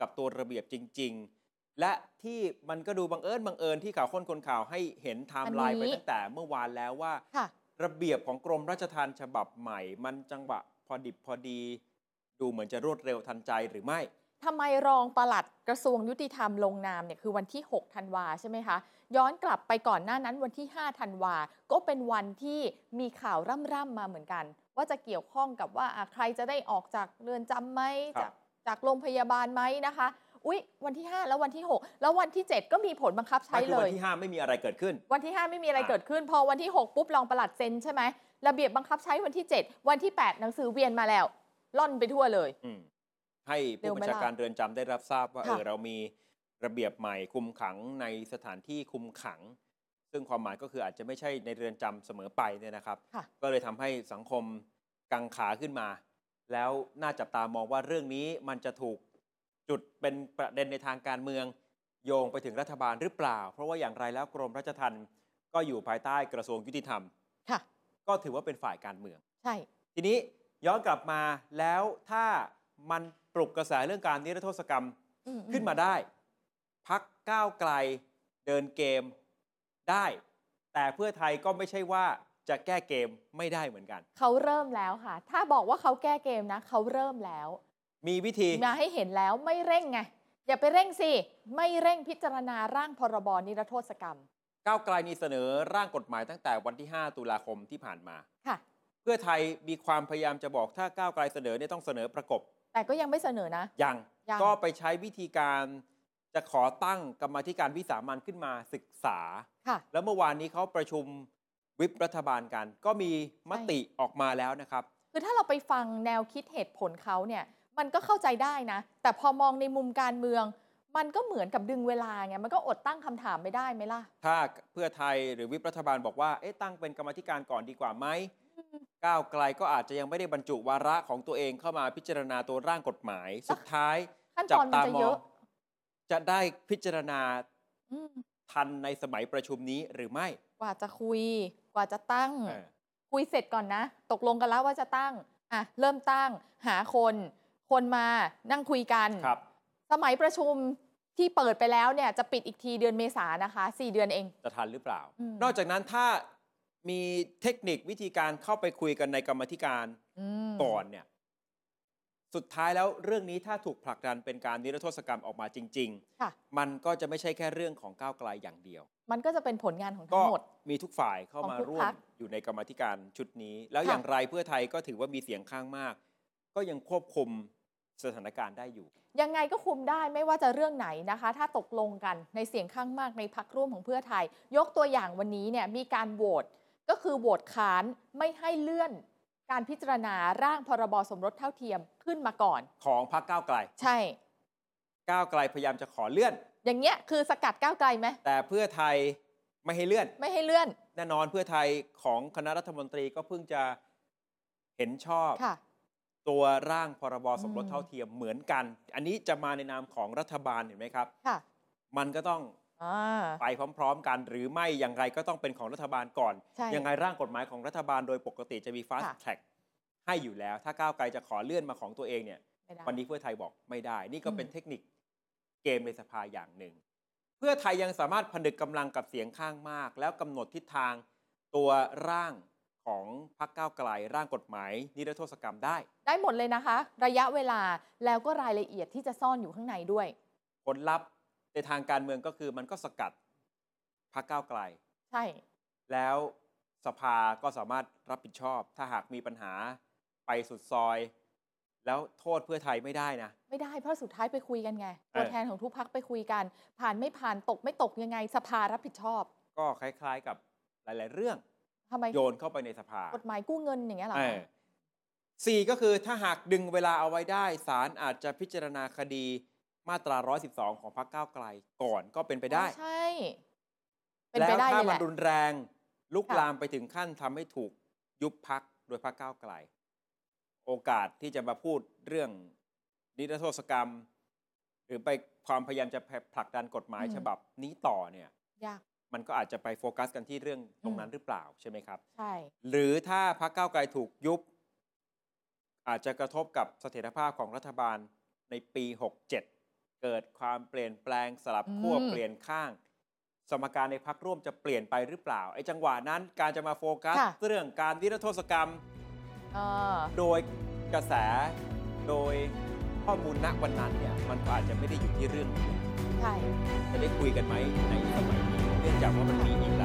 กับตัวระเบียบจริง ๆ และที่มันก็ดูบังเอิญบังเอิญที่ข่าวค้นคนข่าวให้เห็นไทม์ไลน์ไปตั้งแต่เมื่อวานแล้วว่า
ค่ะ
ระเบียบของกรมราชทัณฑ์ฉบับใหม่ มันจังหวะพอดิบพอดี ดูเหมือนจะรวดเร็วทันใจหรือไม่
ทำไมรองปลัดกระทรวงยุติธรรมลงนามเนี่ยคือวันที่ 6 ธันวาใช่ไหมคะ ย้อนกลับไปก่อนหน้านั้นวันที่ 5 ธันวา ก็เป็นวันที่มีข่าวร่ำๆมาเหมือนกัน ว่าจะเกี่ยวข้องกับว่าอ่ะใครจะได้ออกจากเรือนจำไหม
ครั
จาก
บ
จากโรงพยาบาลไหมนะคะ อุ๊ย วันที่ 5 แล้ววันที่ 6 แล้ววันที่ 7 ก็มีผลบังคับใช้
นั่นคือ
เล
วั
ย
นที่ห้าไม่มีอะไรเกิดขึ้น
วันที่ 5 ไม่มีอะไร
อ่ะ
เกิดขึ้น พอวันที่ 6 ปุ๊บรองปลัดเซ็นใช่ไหมระเบียบบังคับใช้วันที่ 7 วันที่ 8 หนังสือเวียนมาแล้ว ล่อนไปทั่วเลย
อืมให้
เร็
ผู้
วไหม
บัญชา
ล่ะ
การเรือนจำได้รับทราบว่า
ค่ะ
เออเรามีระเบียบใหม่คุมขังในสถานที่คุมขัง ซึ่งความหมายก็คืออาจจะไม่ใช่ในเรือนจำเสมอไปเนี่ยนะครับ
ค่ะ
ก็เลยทำให้สังคมกังขาขึ้นมา แล้วน่าจับตามองว่าเรื่องนี้มันจะถูกจุดเป็นประเด็นในทางการเมือง โยงไปถึงรัฐบาลหรือเปล่า เพราะว่าอย่างไรแล้วกรมราชทัณฑ์ก็อยู่ภายใต้กระทรวงยุติธรรม
ค่ะ
ก็ถือว่าเป็นฝ่ายการเมือง
ใช่
ทีนี้ย้อนกลับมาแล้วถ้ามันปลุกกระแสเรื่องการนิรโทษกรรม
อืม
ขึ้นมาได้ พักก้าวไกลเดินเกมได้ แต่เพื่อไทยก็ไม่ใช่ว่าจะแก้เกมไม่ได้เหมือนกัน
เขาเริ่มแล้วค่ะ ถ้าบอกว่าเขาแก้เกมนะ เขาเริ่มแล้ว
มีวิธี
มาให้เห็นแล้วไม่เร่งไง อย่าไปเร่งสิ ไม่เร่งพิจารณาร่างพรบนิรโทษกรรม
ก้าวไกลนี่เสนอร่างกฎหมายตั้งแต่วันที่ 5 ตุลาคมที่ผ่านมา
ค่ะ
เพื่อไทยมีความพยายามจะบอกถ้าก้าวไกลเสนอเนี่ยต้องเสนอประกบ
แต่ก็ยังไม่เสนอนะ
ยัง
ยัง
ก็ไปใช้วิธีการจะขอตั้งกรรมาธิการวิสามันขึ้นมาศึกษา
ค่ะ
แล้วเมื่อวานนี้เขาประชุมวิปรัฐบาลกัน ก็มีมติออกมาแล้วนะครับ
คือถ้าเราไปฟังแนวคิดเหตุผลเขาเนี่ย มันก็เข้าใจได้นะ แต่พอมองในมุมการเมือง มันก็เหมือนกับดึงเวลาไง มันก็อดตั้งคำถามไม่ได้ไหมล่ะ
ถ้าเพื่อไทยหรือวิปรัฐบาลบอกว่าเอ๊ะตั้งเป็นกรรมาธิการก่อนดีกว่าไหม ก้าวไกลก็อาจจะยังไม่ได้บรรจุวาระของตัวเองเข้ามาพิจารณาตัวร่างกฎหมาย สุดท้าย
ขั้น
จั
ต
บ
อนมัน
ตา
จะ
ม
เย
อง
อะ
จะได้พิจารณา
อืม
ทันในสมัยประชุมนี้หรือไม่
กว่าจะคุย กว่าจะตั้ง
เออ
คุยเสร็จก่อนนะ ตกลงกันแล้วว่าจะตั้ง อ่ะ เริ่มตั้ง หาคน คนมานั่งคุยกัน
ครับ
สมัยประชุมที่เปิดไปแล้วเนี่ยจะปิดอีกทีเดือนเมษานะคะ 4 เดือนเอง
จะทันหรือเปล่า
อืม
นอกจากนั้นถ้ามีเทคนิควิธีการเข้าไปคุยกันในกรรมธิการ
อืม
ก่อนเนี่ย สุดท้ายแล้วเรื่องนี้ถ้าถูกผลักดันเป็นการนิรโทษกรรมออกมาจริง
ค่ะ
ๆ มันก็จะไม่ใช่แค่เรื่องของก้าวไกลอย่างเดียว
มันก็จะเป็นผลงานของทั้
ก็
งหมด
มีทุกฝ่ายเข้ามา
ของทุก
ร่วม
พรรค
อยู่ในกรรมาธิการชุดนี้ แล้ว
ค่ะ
อย่างไรเพื่อไทยก็ถือว่ามีเสียงข้างมาก ก็ยังควบคุมสถานการณ์ได้อยู่
ยังไงก็คุมได้ไม่ว่าจะเรื่องไหนนะคะ ถ้าตกลงกันในเสียงข้างมากในพักร่วมของเพื่อไทย ยกตัวอย่างวันนี้เนี่ยมีการโหวตก็คือโหวตค้านไม่ให้เลื่อน การพิจารณาร่างพรบสมรสเท่าเทียมขึ้นมาก่อน
ของพรรคก้าวไกล
ใช่
ก้าวไกลพยายามจะขอเลื่อน
อย่างเงี้ยคือสกัดก้าวไกลไหม
แต่เพื่อไทยไม่ให้เลื่อน
ไม่ให้เลื่อน
แน่นอนเพื่อไทยของคณะรัฐมนตรีก็เพิ่งจะเห็นชอบ
ค่ะ
ตัวร่างพรบสมรส
อืม
เท่าเทียมเหมือนกัน อันนี้จะมาในนามของรัฐบาลเห็นไหมครับ
ค่ะ
มันก็ต้อง
อ่า
ไปพร้อม ๆ กัน หรือไม่อย่างไรก็ต้องเป็นของรัฐบาลก่อน
ใช่
ยังไงร่างกฎหมายของรัฐบาลโดยปกติจะมี fast
ค่ะ
track ให้อยู่แล้ว ถ้าก้าวไกลจะขอเลื่อนมาของตัวเองเนี่ย
ไม่ได้
วันนี้เพื่อไทยบอกไม่ได้ นี่ก็
อืม
เป็นเทคนิคเกมในสภาอย่างหนึ่ง เพื่อไทยยังสามารถผนึกกำลังกับเสียงข้างมาก แล้วกำหนดทิศทางตัวร่างของพรรคก้าวไกล ร่างกฎหมาย นิรโทษกรรมได้
ได้หมดเลยนะคะ ระยะเวลาแล้วก็รายละเอียดที่จะซ่อนอยู่ข้างในด้วย
ผลลัพธ์ในทางการเมืองก็คือมันก็สกัดพรรคก้าวไกล
ใช่
แล้วสภาก็สามารถรับผิดชอบ ถ้าหากมีปัญหาไปสุดซอย แล้วโทษเพื่อไทยไม่ได้นะ
ไม่ได้เพราะสุดท้ายไปคุยกันไง ตัว
เออ
แทนของทุกพักไปคุยกัน ผ่านไม่ผ่านตกไม่ตกยังไงสภารับผิดชอบ
ก็คล้ายๆกับหลาย ๆ เรื่อง
ทำไม
โยนเข้าไปในสภา
กฎหมายกู้เงินอย่างเงี้ยเหรอ
เออสี่ก็คือถ้าหากดึงเวลาเอาไว้ได้ศาลอาจจะพิจารณาคดีมาตรา 112 ของพรรคก้าวไกลก่อนก็เป็นไปได้
อ๋อใช่ เป็น
แล้ว
ไปได้
ถ้า
เลยแห
มัน
ละ
รุนแรงลุก
ค่ะ
ลามไปถึงขั้นทำให้ถูกยุบพักโดยพรรคก้าวไกล โอกาสที่จะมาพูดเรื่องนิรโทษกรรม หรือไปความพยายามจะผลักดันกฎหมายฉบับนี้ต่อเนี่ย
ยาก
มันก็อาจจะไปโฟกัสกันที่เรื่องตรงนั้นหรือเปล่าใช่ไหมครับ
ใช่
หรือถ้าพรรคก้าวไกลถูกยุบ อาจจะกระทบกับเสถียรภาพของรัฐบาลในปี 67 เกิดความเปลี่ยนแปลงสลับขั้ว
อืม
เปลี่ยนข้าง สมการในพักร่วมจะเปลี่ยนไปหรือเปล่าไอ้จังหวะนั้นการจะมาโฟกัส
ค่ะ
เรื่องการนิรโทษกรรม
เออ
โดยกระแสโดยข้อมูลณวันนั้นเนี่ยมันก็อาจจะไม่ได้อยู่ที่เรื่องนี้
ใช่
จะได้คุยกันไหมในสมัยนี้เนื่องจากว่ามันมีอีกห